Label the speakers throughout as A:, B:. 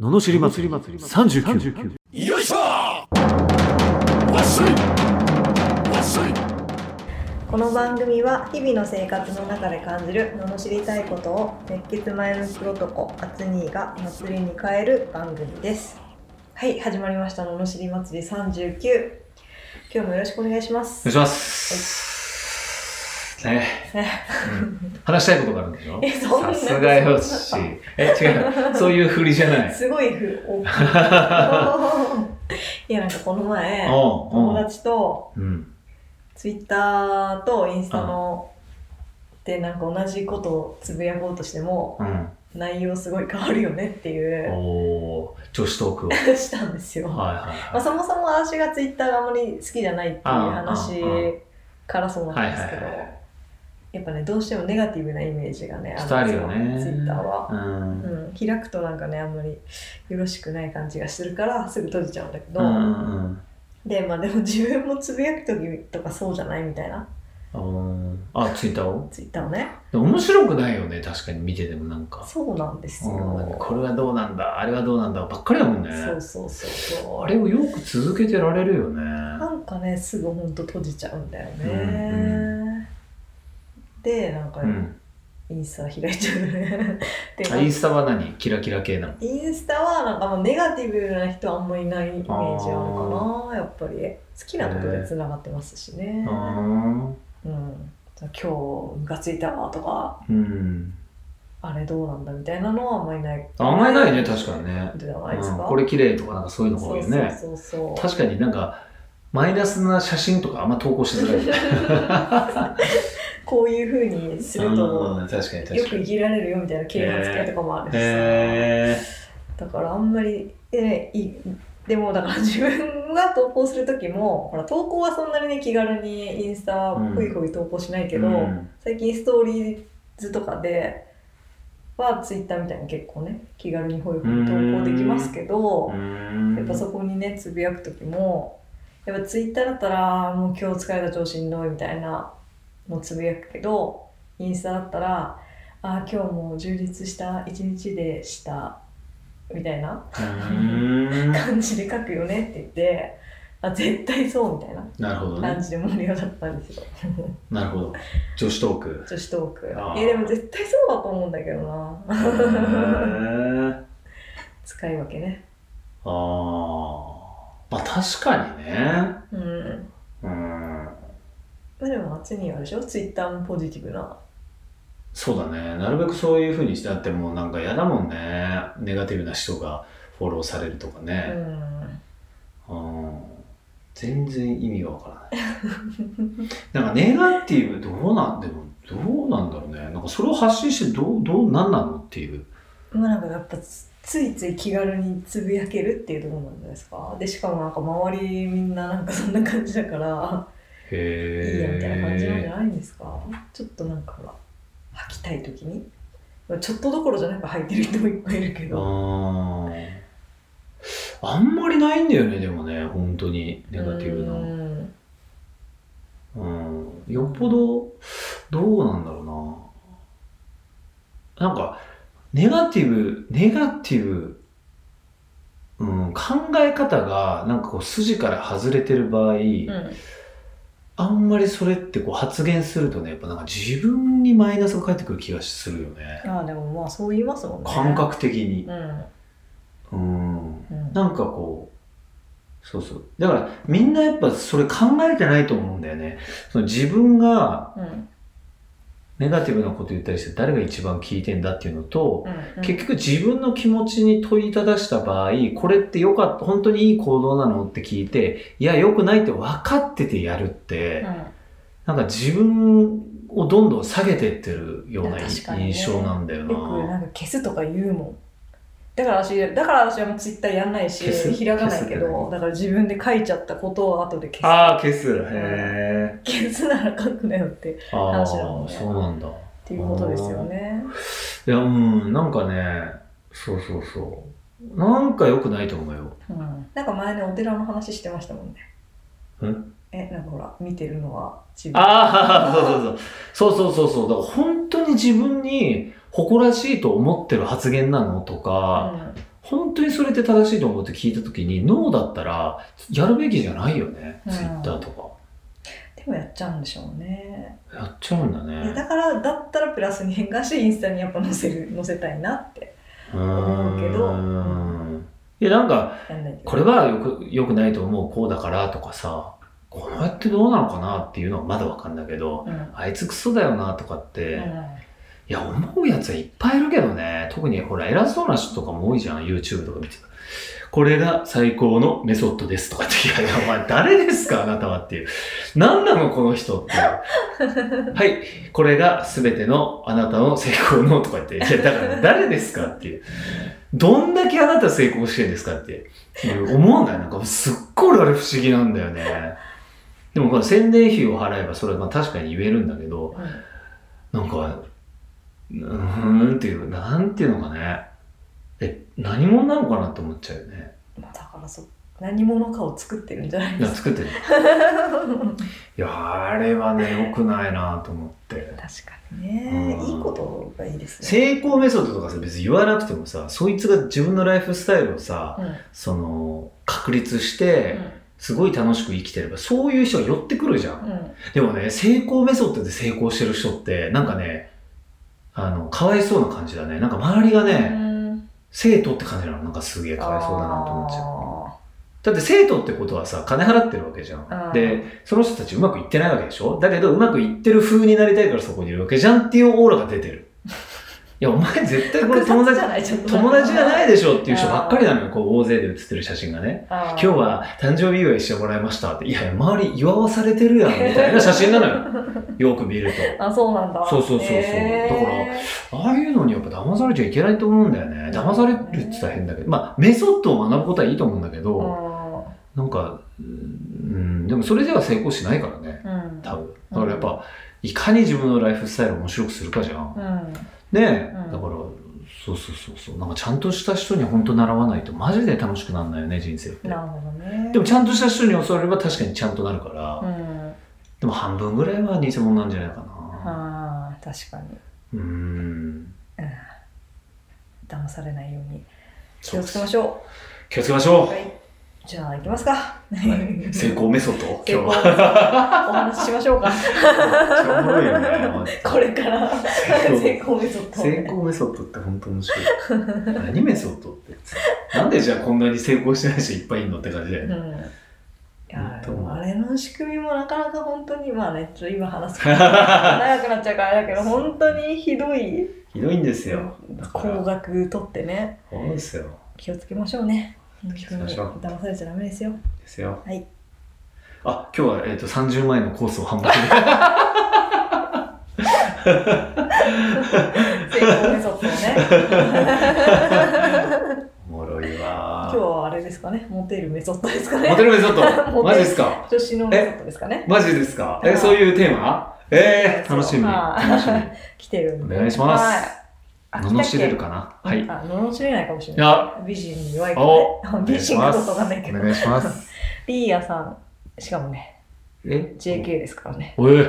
A: ののしり祭り39
B: よいしょわっしょいわっしょい
C: この番組は日々の生活の中で感じる罵りたいことを熱血前向き男アツニーが祭りに変える番組ですはい始まりました罵り祭り39今日もよろしくお願いしま
D: お願
C: す
D: いします。 ね、うん話したいことがあるんでしょ
C: えそんな
D: さすがよし。え、違 う。そういうふりじゃない。
C: すごいふおいやなんかこの前
D: おう
C: 友達と
D: おう。うん。
C: ツイッターとインスタのでなんか同じことをつぶやこうとしても
D: うん。
C: 内容すごい変わるよねっていう
D: おー女子トークを。は
C: したんですよ
D: い
C: まあ、
D: は
C: そもそも私がツイッターがあまり好きじゃないっていう話
D: うんうんう
C: からそう
D: いはい。は
C: ないんで
D: は
C: すけ
D: い
C: ど、
D: はい。
C: やっぱねどうしてもネガティブなイメージがね
D: ちょっとあるよ
C: の
D: ね。
C: ツイッターは、
D: うん。
C: うん、開くとなんかねあんまりよろしくない感じがするからすぐ閉じちゃうんだけど、
D: うんうん
C: でまあでも自分もつぶやく時とかそうじゃないみたいな
D: うん。あー、あツイッターを
C: ツイッターをね
D: でも面白くないよね、確かに見ててもなんか。
C: そうなんですよ、
D: うんなんかこれはどうなんだ、あれはどうなんだばっかりだもんね。
C: そうそうそうそう
D: あれをよく続けてられるよね。
C: なんかねすぐほんと閉じちゃうんだよね、
D: うん
C: でなんか、
D: うん。
C: インスタ開いちゃうねで
D: あインスタは何キラキラ系なの
C: インスタはなんかもうネガティブな人はあんまりいないイメージあるかなやっぱり好きなことでつながってますしね、うん、今日ムカついたわとか
D: うん
C: あれどうなんだみたいなのはあんまりない
D: あんまりないね確かにね、
C: じゃないです
D: うん
C: か、、
D: これ綺麗とかなんかそういうのが
C: そ
D: 多いうよ
C: そう
D: ね
C: そうそう
D: 確かになんかマイナスな写真とかあんま投稿しづらいよね
C: こういうふうにすると
D: うん確かに
C: よ
D: 確か
C: く
D: に
C: いじられるよみたいな啓発系とかもあるしさ、
D: へ
C: だからあんまり、えいいでもだから 自分が投稿する時もほら投稿はそんなにね気軽にインスタは
D: うん
C: ふいふい投稿しない
D: え
C: けど、最近ストーリーズとかではツイッターみたいに結構ね気軽にほいほい投稿できますけど、やっぱそこにねつぶやく時もやっぱツイッターだったらもう今日疲れた調子しんどいみたいなのつぶやくけどインスタだったらあー今日も充実した一日でしたみたいな
D: うん
C: 感じで書くよねって言ってあ絶対そうみたいな
D: なるほどね
C: 感じで盛り上がったんですよ
D: なるほど女子トー ク
C: 女子トーク
D: あー
C: えでも絶対そうだと思うんだけど
D: へ
C: な
D: ー
C: 使い分けね
D: あーまあ確かにね
C: うん
D: うん
C: まあでもあっちにはあるでしょツイッターもポジティブな
D: そうだね。なるべくそういう風にしてあってもなんか嫌だもんね。ネガティブな人がフォローされるとか
C: う
D: ね。
C: ん
D: うん、全然意味がわから ない。なんかネガティブどうなんでもどうなんだろうね。なんかそれを発信してどうどうなんなのっていう。
C: まあなんかやっぱつついつい気軽につぶやけるっていうところなんじゃないですかでしかもなんか周りみんななんかそんな感じだからいいやみたいな感じなんじゃ
D: へ
C: ないんですかちょっとなんかほら吐きたい時にまあちょっとどころじゃなく吐いてる人もいっぱいいるけ
D: え。あ
C: ど
D: ーあんまりないんだよねでもね本当にネガティブな。
C: な
D: うんよっぽどどうなんだろうななんかネガティブネガティブ、うん、考え方がなんかこう筋から外れてる場合、
C: うん
D: あんまりそれってこう発言するとねやっぱなんか自分にマイナスが返ってくる気がするよね
C: ああでもまあそう言いますもんね
D: 感覚的に
C: う、ん
D: うん、
C: うん
D: なんかこうそうそうだからみんなやっぱそれ考えてないと思うんだよねその自分が
C: うん
D: ネガティブなこと言ったりして誰が一番聞いてんだっていうのと、
C: うん
D: 結局自分の気持ちに問いただした場合、これって良かった、本当にいい行動なのって聞いて、いや、良くないって分かっててやるって、なんか自分をどんどん下げてってるようない
C: や確かにね
D: 印象なんだよ
C: うん、よく
D: な。
C: なんか消すとか言うもんだから私だから私はもうツイッターやんないし
D: 消す
C: 開かないけ
D: 消すって
C: ど
D: 何
C: だから自分で書いちゃったことを後で消
D: ああ、消す。へえ。
C: す消すなら書くなよってっ
D: ああ
C: 話だもん
D: ー、
C: ね
D: そうなんだ。
C: ていうことですよね
D: いや、うん、なんかね、そうそうそう。なんか良くないと思うよ。
C: うんなんか前ねお寺の話してましたもんね
D: うん
C: えなんかほら見てるのは自分
D: ああ、そうそうそう。そうそうそうそう。だから本当に自分に誇らしいと思ってる発言なのとか、
C: う
D: 本当にそれって正しいと思って聞いた時に、ノーだったら、やるべきじゃないよね。
C: うん
D: ツイッターとか。
C: でもやっちゃうんでしょうね。
D: やっちゃうんだ
C: で
D: ね。
C: だから、だったらプラスに変換して、インスタにやっぱ載せる、載せたいなって。
D: う
C: 思うけど
D: ーん。いや、なんか、
C: やんないけど。
D: これはよくよくないと思うこうだからとかさこうやってどうなのかなっていうのはまだわかんないけど
C: うん。
D: あいつクソだよなとかって、
C: う
D: い
C: ん
D: や思うやつはいっぱいいるけどね特にほら偉そうな人とかも多いじゃん YouTube とか見てたこれが最高のメソッドですとかっていやいやお前誰ですかあなたはっていう何なのこの人っていうはいこれが全てのあなたの成功のとか言っていやだから誰ですかっていうどんだけあなた成功してるんですかっていう思わないなんかすっごいあれ不思議なんだよねでもこの宣伝費を払えばそれはまあ確かに言えるんだけどなんかうーんっていうなんていうのかねえ何者なのかなって思っちゃうよね
C: まあ、だからそう何者かを作ってるんじゃない
D: な
C: で
D: んか
C: す
D: 作ってる
C: か。
D: いやあれはね良くないなと思って
C: 確かにね、
D: うん
C: いいことがいいですね。
D: 成功メソッドとかさ別に言わなくてもさそいつが自分のライフスタイルをさ
C: うん
D: その確立してすごい楽しく生きてればそういう人が寄ってくるじゃん
C: うんうん
D: でもね成功メソッドで成功してる人ってなんかねあのかわいそうな感じだねなんか周りがね
C: うん
D: 生徒って感じなのなんかすげえかわいそうだなと思っちゃう
C: あ
D: だって生徒ってことはさ、金払ってるわけじゃ
C: あ
D: ん。
C: ー
D: で、その人たちうまくいってないわけでしょだけどうまくいってる風になりたいからそこにいるわけじゃんっていうオーラが出てる。いや、お前絶対
C: ー
D: これ友
C: 複雑じ、
D: 達
C: ゃないちょっと
D: 友達じゃないいでしょっていう人ばっかりなのよ。こう大勢で写ってる写真がね。
C: 今
D: 今日は誕生日祝いしてもらいましたって。いやいや、周り祝わされてるやんみたいな写真な のよ。よく見ると。
C: あそうなんだ
D: そうそうそうそう
C: へー
D: だからああいうのにやっぱ騙されちゃいけないと思うんだよね。騙されるって言ったら変だけど。まあ、メソッドを学ぶことはいいと思うんだけど、なんか、うん、でもそれでは成功しないからね、
C: うんうん
D: 多分。だからやっぱ、いかに自分のライフスタイルを面白くするかじゃん。
C: うん
D: ねえ、
C: うん
D: だから、そうそうそうそう。なんかちゃんとした人に本当習わないと、マジで楽しくなんないよね、人生って。
C: なるほどね
D: でもちゃんとした人に教われば確かにちゃんとなるから、
C: うん
D: でも半分ぐらいは偽物なんじゃないかな。
C: あー確かに
D: うん。
C: 騙されないように気をつけましょ
D: 気をつけましょ
C: うはいじゃあ行きますか、
D: う、はい成功メソッド、
C: 成功
D: 今日は。
C: お話ししましょうか
D: めっちゃおもろ いよね。
C: これから
D: 功
C: 成功メソッドを
D: 成
C: ね
D: 功メソッドって本当面白い 何メソッドってなんでじゃあこんなに成功してない人いっぱいいるのって感じだよ
C: うん
D: ね、
C: いや
D: 本当
C: あれの仕組みもなかなか本当にまあねちょっと今話すこと が長くなっちゃうからあれだけど本当にひどい
D: ひどいんですよだから
C: 高額取ってね
D: そうですよ
C: 気をつけましょうね
D: 気をつけましょう
C: 本当に騙されちゃダメです よ
D: ですよ
C: はい
D: あ今日は、えー、と30万円のコースを販 売する
C: 成功メソッドをね
D: おもろい
C: 今
D: わ
C: 日はあれですかねモテるメソッドですか
D: モテ
C: ね
D: るメソ ッ
C: モテる
D: ドマジですか
C: 女子のメソッドですかね
D: マジですか
C: は
D: え
C: い
D: そういうテーマえー、楽しみ
C: はい
D: 楽し
C: 来てるんで
D: お願いします
C: はいあ
D: み罵れるかな
C: 来た
D: は
C: っ
D: い
C: けあ罵れないかもしれ
D: あ
C: ない美人に弱い
D: お
C: からね 美人かどうかわかんないけど
D: お願いします
C: リーヤさんしかもね
D: え
C: JK ですからね
D: おえ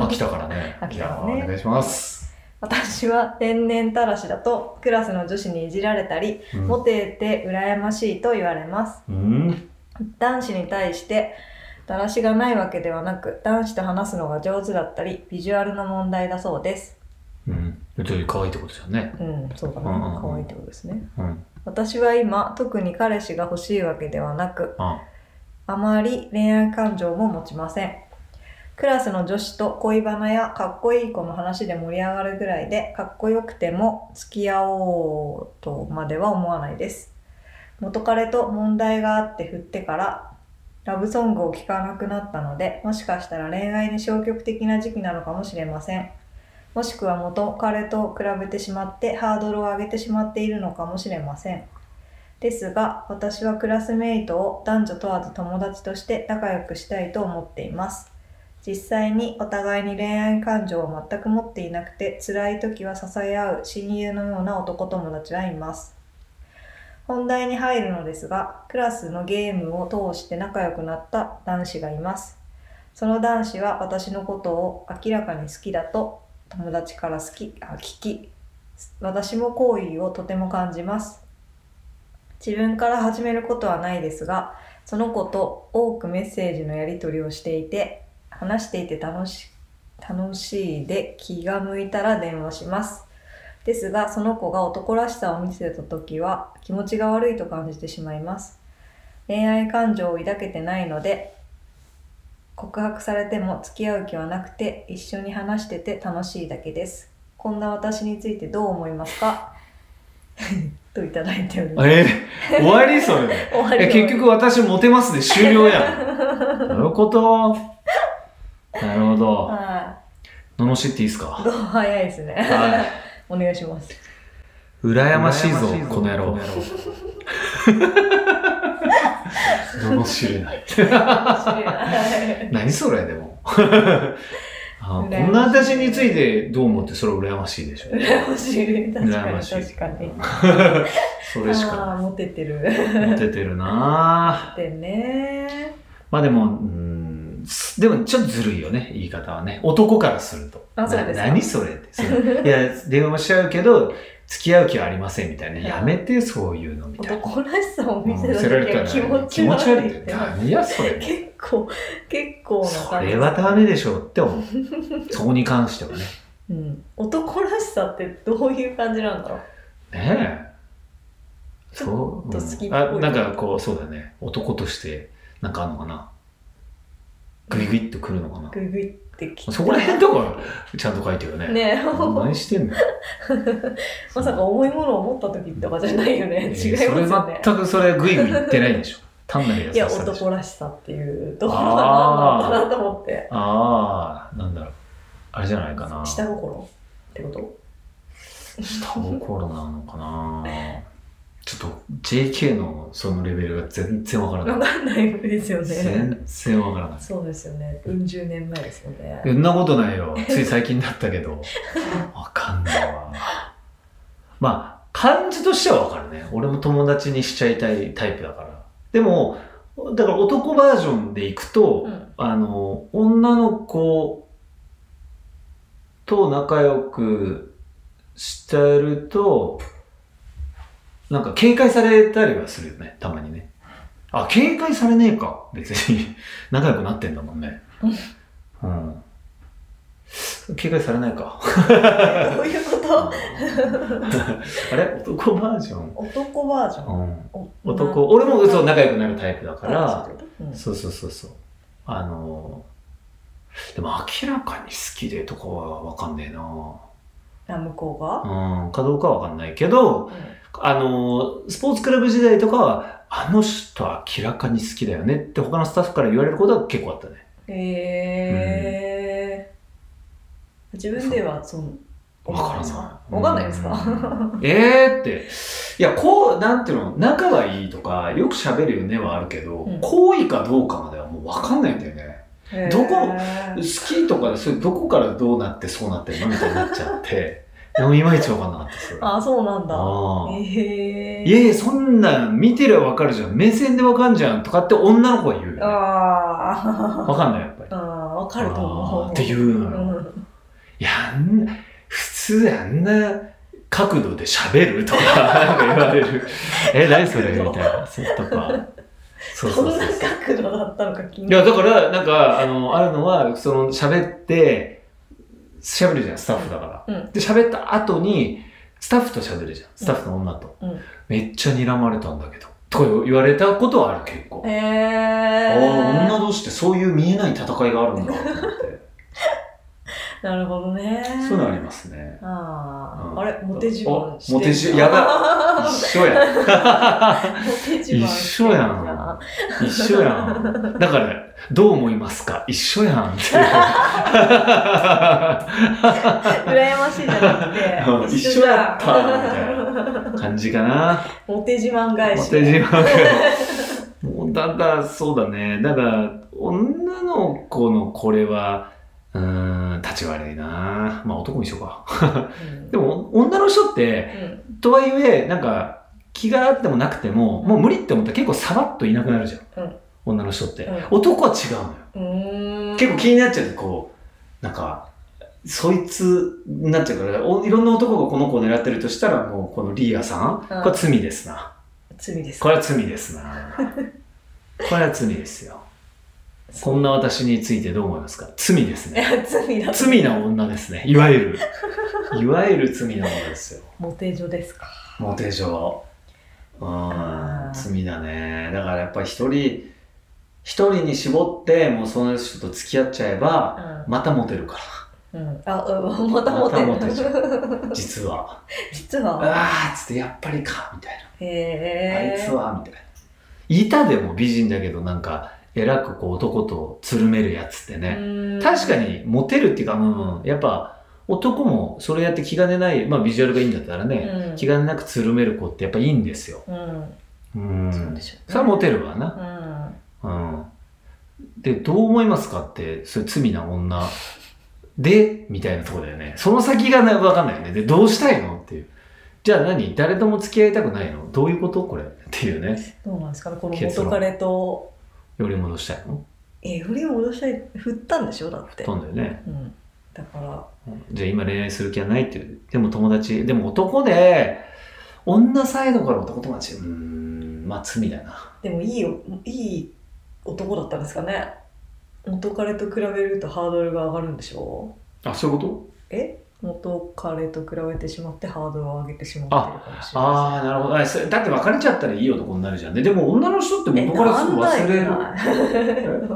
D: 秋田からね
C: 秋田からね
D: いやーお願いします、
C: 私は天然たらしだとクラスの女子にいじられたり
D: うん
C: モテて羨ましいと言われます
D: うん
C: 男子に対してだらしがないわけではなく男子と話すのが上手だったりビジュアルの問題だそうです
D: うんちょい可愛いってことじゃんね
C: うんそうだね
D: うんうんうん
C: 可愛いってことですね
D: うん
C: 私は今特に彼氏が欲しいわけではなく
D: あ
C: あまり恋愛感情も持ちませんクラスの女子と恋バナやかっこいい子の話で盛り上がるぐらいでかっこよくても付き合おうとまでは思わないです元彼と問題があって振ってからラブソングを聴かなくなったのでもしかしたら恋愛に消極的な時期なのかもしれませんもしくは元彼と比べてしまってハードルを上げてしまっているのかもしれませんですが私はクラスメイトを男女問わず友達として仲良くしたいと思っています実際にお互いに恋愛感情を全く持っていなくて辛い時は支え合う親友のような男友達はいます本題に入るのですがクラスのゲームを通して仲良くなった男子がいますその男子は私のことを明らかに好きだと友達から好きあ聞き私も好意をとても感じます自分から始めることはないですがその子と多くメッセージのやり取りをしていて話していて楽し楽しいで気が向いたら電話しますですがその子が男らしさを見せた時は気持ちが悪いと感じてしまいます恋愛感情を抱けてないので告白されても付き合う気はなくて一緒に話してて楽しいだけですこんな私についてどう思いますか といただいております
D: えー、終わりそ れ。
C: 終わ
D: え
C: り
D: 結局私モテますで終了や ん。なるほど。なるほど。
C: は
D: 罵っていいです
C: い。
D: か
C: どう早いですね。
D: はい。
C: お願いします。
D: 羨
A: 羨
D: ま
A: ま
D: し
A: し
D: い
A: い
D: ぞ
A: ぞ、こ
D: こ
A: の
D: の
A: 野
D: 野郎
A: 郎。
D: 罵れない。
C: は
D: 何それ、でも。あこ
C: 羨ましい
D: んな私についてどう思ってそれ羨ましい でしょ
C: い。。羨ましい。確か
D: 羨ま
C: に
D: しい。
C: 確かに。
D: それしか
C: ああ、モテてる。
D: ないモテてるなぁ
C: でね。
D: まあでも、うーん、すでもちょっとずるいよね、言い方はね。男からすると。
C: あそうです
D: な
C: か
D: 何それって。その いや、電話もしちゃうけど、付き合う気はありませんみたいな。やめて、そういうのみたいな。
C: 男らしさを
D: うん
C: 見せた時は気持ち悪いって。
D: 何やそれ。
C: 結構、結構な
D: そ
C: 感じ。
D: れはダメでしょうって 思う。そこに関してはね。
C: うん。男らしさってどういう感じなんだろう。
D: ねえ。そう。
C: ちょっと好きっ
D: うん
C: ぽい
D: あ、なんかこう、そうだね。男として、なんかあんのかな。グイグイっとくるのかな。
C: ググってきた
D: そこら辺とか、ちゃんと書いてるね。
C: ねえ。
D: 何してんの
C: まさか重いものを持った時とかじゃないよね。違います
D: えー
C: よね。
D: それ全くそれグイグイ言ってないでしょ。単なるやつ
C: いや、
D: さでしょ
C: 男らしさっていうところは何なのかなと思って。
D: ああ、なんだろう。あれじゃないかな。
C: 下心ってこと
D: 下心なのかな。ちょっと JK のそのレベルが全然わからない
C: わ。かんないですよね。
D: 全然わからない。
C: そうですよね。うん十年前ですよね。
D: そんなことないよ。つい最近だったけど。わかんないわ。まあ、感じとしてはわかるね。俺も友達にしちゃいたいタイプだから。でも、だから男バージョンでいくと、
C: うん
D: あの、女の子と仲良くしてると、なんか警戒されたりはするよね、たまにね。あ、警戒されねえか。別に 仲良くなってんだもんね。うん。警戒されない か。
C: どういうこと
D: あれ男バージョン、
C: 男バージョン。
D: うん、
C: お
D: 男、俺もそう仲良くなるタイプだか
C: バー
D: ら、
C: ジョンってことうん
D: そうそうそうそう。あのーでも明らかに好きでとかはわかんねえな
C: あ、向こうが
D: うん、かどうかはわかんないけど、あのースポーツクラブ時代とかは、あの人明らかに好きだよねって他のスタッフから言われることは結構あったね。
C: へえ。自分ではそう。
D: わからない。
C: わかんないですか
D: うんえーって。いや、こう、なんていうの、仲がいいとか、よく喋るよねはあるけど
C: うん、
D: 好、意、かどうかまではもうわかんないんだよね。
C: へー
D: どこ好きとかで、それどこからどうなってそうなってるのみたいになっちゃ って、でもいまいちわかんなかったです。
C: あ、そうなんだ。
D: あー
C: へえ。
D: いやいや、そんなん見てりゃわかるじゃん。目線でわかんじゃんとかって女の子は言うよね。
C: あ
D: わかんない、やっぱり。
C: あ。うん、わかると思
D: あー
C: う。
D: って言
C: う
D: うのよ。
C: ん。
D: いや、あんな、普通あんな角度で喋るとか、 なんか言われる。え、何それみたいな。そうとか。そう
C: こ
D: そ
C: ん
D: う
C: な
D: そうそう。
C: 角度だったのか気に
D: いや、だから、なんか、あの、あるのは、その、喋って、喋るじゃん、スタッフだから。
C: うん
D: で、喋った後に、スタッフと喋るじゃん、スタッフの女と。
C: うん
D: めっちゃ睨まれたんだけど。とか言われたことはある、結構。
C: へ
D: ああ、
C: え
D: 女同士ってそういう見えない戦いがあるんだと 思って。
C: なるほどね
D: そういうのあります ね。
C: あ
D: う
C: ー
D: ん
C: あれモテ自慢して
D: おモテ自 や
C: ばモ
D: 一緒や。
C: テ自慢して
D: 一緒
C: るじ
D: や
C: ゃ
D: ん一緒やん。だから、どう思いますか一緒やんって いう。
C: 羨 ましいじゃなくて
D: 一緒やったみたいな感じかな。
C: モテ自慢返し
D: モテ自慢が。もうだから、そうだね。だから、女の子のこれは、うーん、立ち悪いな。まあ男も一緒か。
C: うん
D: でも、女の人って、
C: うん
D: とはいえ、なんか、気があってもなくても、もう無理って思ったら結構さらっといなくなるじゃ
C: う
D: ん。
C: ん
D: 女の人って、
C: うん
D: 男は違うのよ。
C: うーん
D: 結構気になっちゃうこうなんかそいつになっちゃうからおいろんな男がこの子を狙ってるとしたらもうこのリーアさん、
C: うん
D: これ罪ですな
C: 罪です
D: こ
C: か
D: れは罪ですな。これは罪ですよ。こんな私についてどう思いますか罪です
C: い
D: ね。
C: や罪だ
D: 罪な女ですね。いわゆる。いわゆる罪な女ですよ。
C: モテ女ですか
D: モテ上。う
C: あ
D: ん
C: ー、
D: 罪だね。だからやっぱり一人、一人に絞って、もうその人と付き合っちゃえば、またモテるか
C: うん、うん、あうんまたモテ
D: またモテちゃ
C: る
D: ら、実は。
C: 実は
D: あーっつって、やっぱりか、みたいな。
C: へ
D: あい
C: え
D: つはみたいな。いたでも美人だけど、なんか、偉くこう男とつるめるやつってね。確かに、モテるっていうか、うん、やっぱ、男もそれやって気兼ねない、まあビジュアルがいいんだったらね、
C: うん
D: 気兼ねなくつるめる子ってやっぱいいんですよ。
C: うん
D: う
C: そうで
D: ん。
C: しょうね
D: それはモテるわな。
C: うん
D: うん。で、どう思いますかって、それ罪な女。で、みたいなとこだよね。その先がなわかんないよね。で、どうしたいのっていう。じゃあ何誰とも付き合いたくないのどういうことこれ。っていうね。
C: どうなんですかねこの
D: 結
C: 元
D: 論
C: 彼と
D: より戻したいの
C: え振りを戻したい振ったんでしょだって
D: 飛んだよね。
C: うんだから
D: じゃあ今恋愛する気はないっていう。でも友達、でも男で、女サイドから男友達。うーん、まあ罪だな。
C: でもいいおいい男だったんですかね元彼と比べるとハードルが上がるんでしょ
D: あ、そういうこ
C: え元彼と比べてしまってハードルを上げてしまってるかもしれない
D: ああ、なるほどあそれ。だって別れちゃったらいい男になるじゃんね。でも女の人って元からすぐ忘れる。
C: る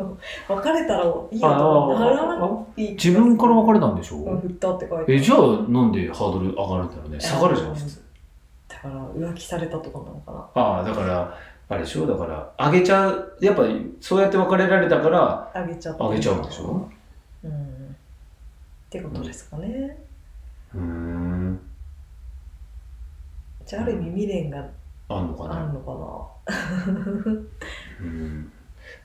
C: 別れたらいいよ
D: ああ
C: ならなく
D: あ
C: ていい
D: 自分から別れたんでしょ、
C: うん振ったって書いてあ
D: え
C: る
D: じゃあなんでハードル上がるんだろうね下がるじゃん普通
C: だから浮気されたとかなのかな
D: ああだからあれでしょだから上げちゃうやっぱりそうやって別れられたから
C: あげちゃった
D: 上げちゃうんでしょ
C: うんってことですかね、
D: うーん
C: じゃあある意味未練が
D: あんのか
C: ある
D: な
C: のか
D: うん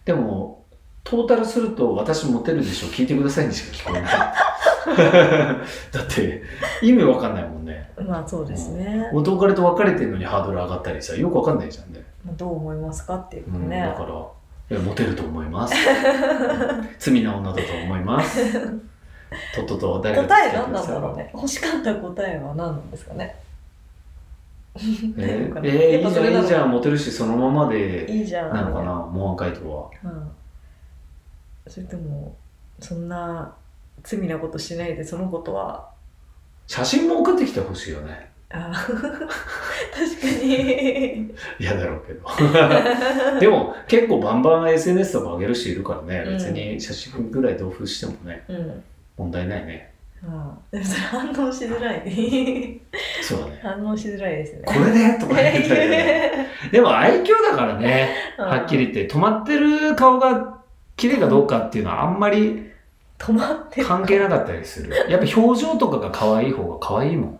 D: でもトータルすると「私モテるでしょ聞いてください」にしか聞こえないだって意味わかんないもんね
C: な、まあそうですね、
D: 元彼と別れてるのにハードル上がったりさよくわかんないじゃんね
C: まあどう思いますかっていう
D: うん、
C: ね、
D: だからえモテると思い ます罪な女だと思いますとっとと誰かと
C: 答
D: 付
C: え
D: き合っ
C: 何なん
D: てください
C: だろうね欲しかった答えは何なんですかね
D: えー
C: や
D: え
C: っ
D: ーい
C: ぱ
D: い
C: そ
D: じゃ
C: れ
D: ん
C: だろう
D: いいじゃんモテるしそのままで
C: いいじゃん
D: なのかなモアンカイトは
C: うん、それともそんな罪なことしないでそのことは
D: 写真も送ってきてほしいよね
C: あー 確かに
D: 嫌だろうけど でも結構バンバン SNS とか上げる人いるからね
C: うん
D: 別に写真ぐらい同封してもね
C: うん
D: 問題ないね
C: あーでもそれ反応しづらい
D: そうだね
C: 反応しづらいですね
D: これでとか言ってたけ どねでも愛嬌だからね
C: うん
D: はっきり言って、止まってる顔が綺麗かどうかっていうのはあんまり
C: 止まってる
D: 関係なかったりする。やっぱ表情とかが可愛い方が可愛いもん、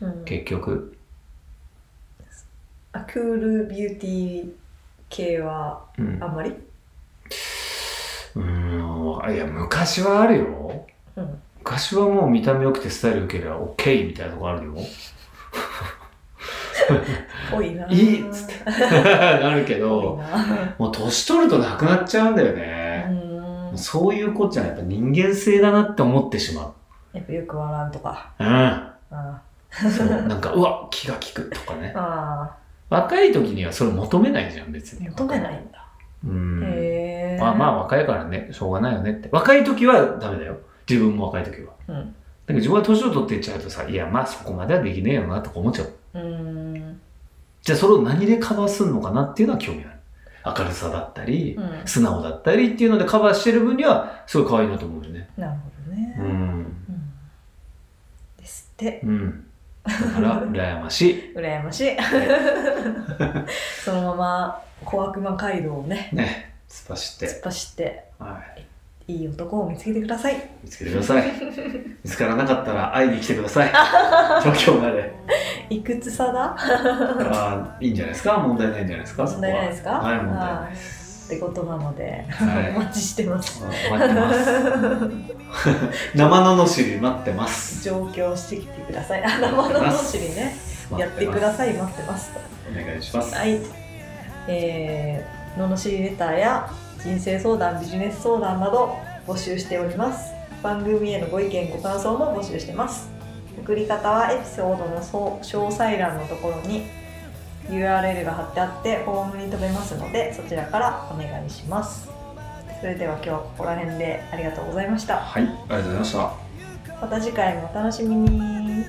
C: うん
D: 結局。
C: あクールビューティー系は
D: うん。
C: あんまり
D: うーん。いや、昔はあるよ。
C: うん
D: 昔はもう見た目良くてスタイル良ければ OK みたいなとこあ るよ。
C: 多いないい
D: いっつ
C: って
D: あるけ
C: 多い
D: ど、
C: な
D: もう年取るとなくなっちゃうんだよ
C: う
D: ね。
C: ーん
D: そういうこっちゃやっぱ人間性だなって思ってしまう。
C: やっぱよく笑うとか
D: うん。
C: あ
D: そう。なんか、うわ、気が利くとかね
C: ー。あ
D: 若い時にはそれ求めないじゃん別
C: ー
D: に
C: 求めないんだ
D: うん、
C: へえ
D: まあまあ若いからねしょうがないよねって若い時はダメだよ自分も若い時は
C: あうん
D: だけど自分は年を取っていっちゃうとさいやまあそこまではできねえよなとか思っちゃう
C: うーん
D: じゃあそれを何でカバーするのかなっていうのは興味ある明るさだったり、
C: うん
D: 素直だったりっていうのでカバーしてる分にはすごい可愛いなと思うよね
C: なるほどね、
D: うん
C: うんですって
D: うんだから羨ましい
C: 羨ましいそのまま小悪魔街道をね
D: ね突っ走っ
C: 突
D: て、
C: っ走って
D: はい、
C: いい男を見つけてください
D: 見つけてください見つからなかったら会いに来てく ださい東京まで
C: いくつ差だ
D: あーいいんじゃないですか問題ないんじゃないですかそ
C: 問
D: こは
C: 題ないですか
D: はい問題
C: あ
D: な
C: あ
D: い
C: ってことなので、
D: はい
C: お待ちしてます
D: 待ってます生ののしり待ってま す
C: 上京してきてくださいあ生ののしりねやってくだ
D: い
C: さい待ってます
D: お願いします
C: はいえー、ののしりレターや人生相談ビジネス相談など募集しております番組へのご意見ご感想も募集してます送り方はエピソードのそう詳細欄のところに URL が貼ってあってホームに飛べますのでそちらからお願いしますそれでは今日はここら辺でありがとうございました
D: はい、ありがとうございました。
C: また次回もお楽しみに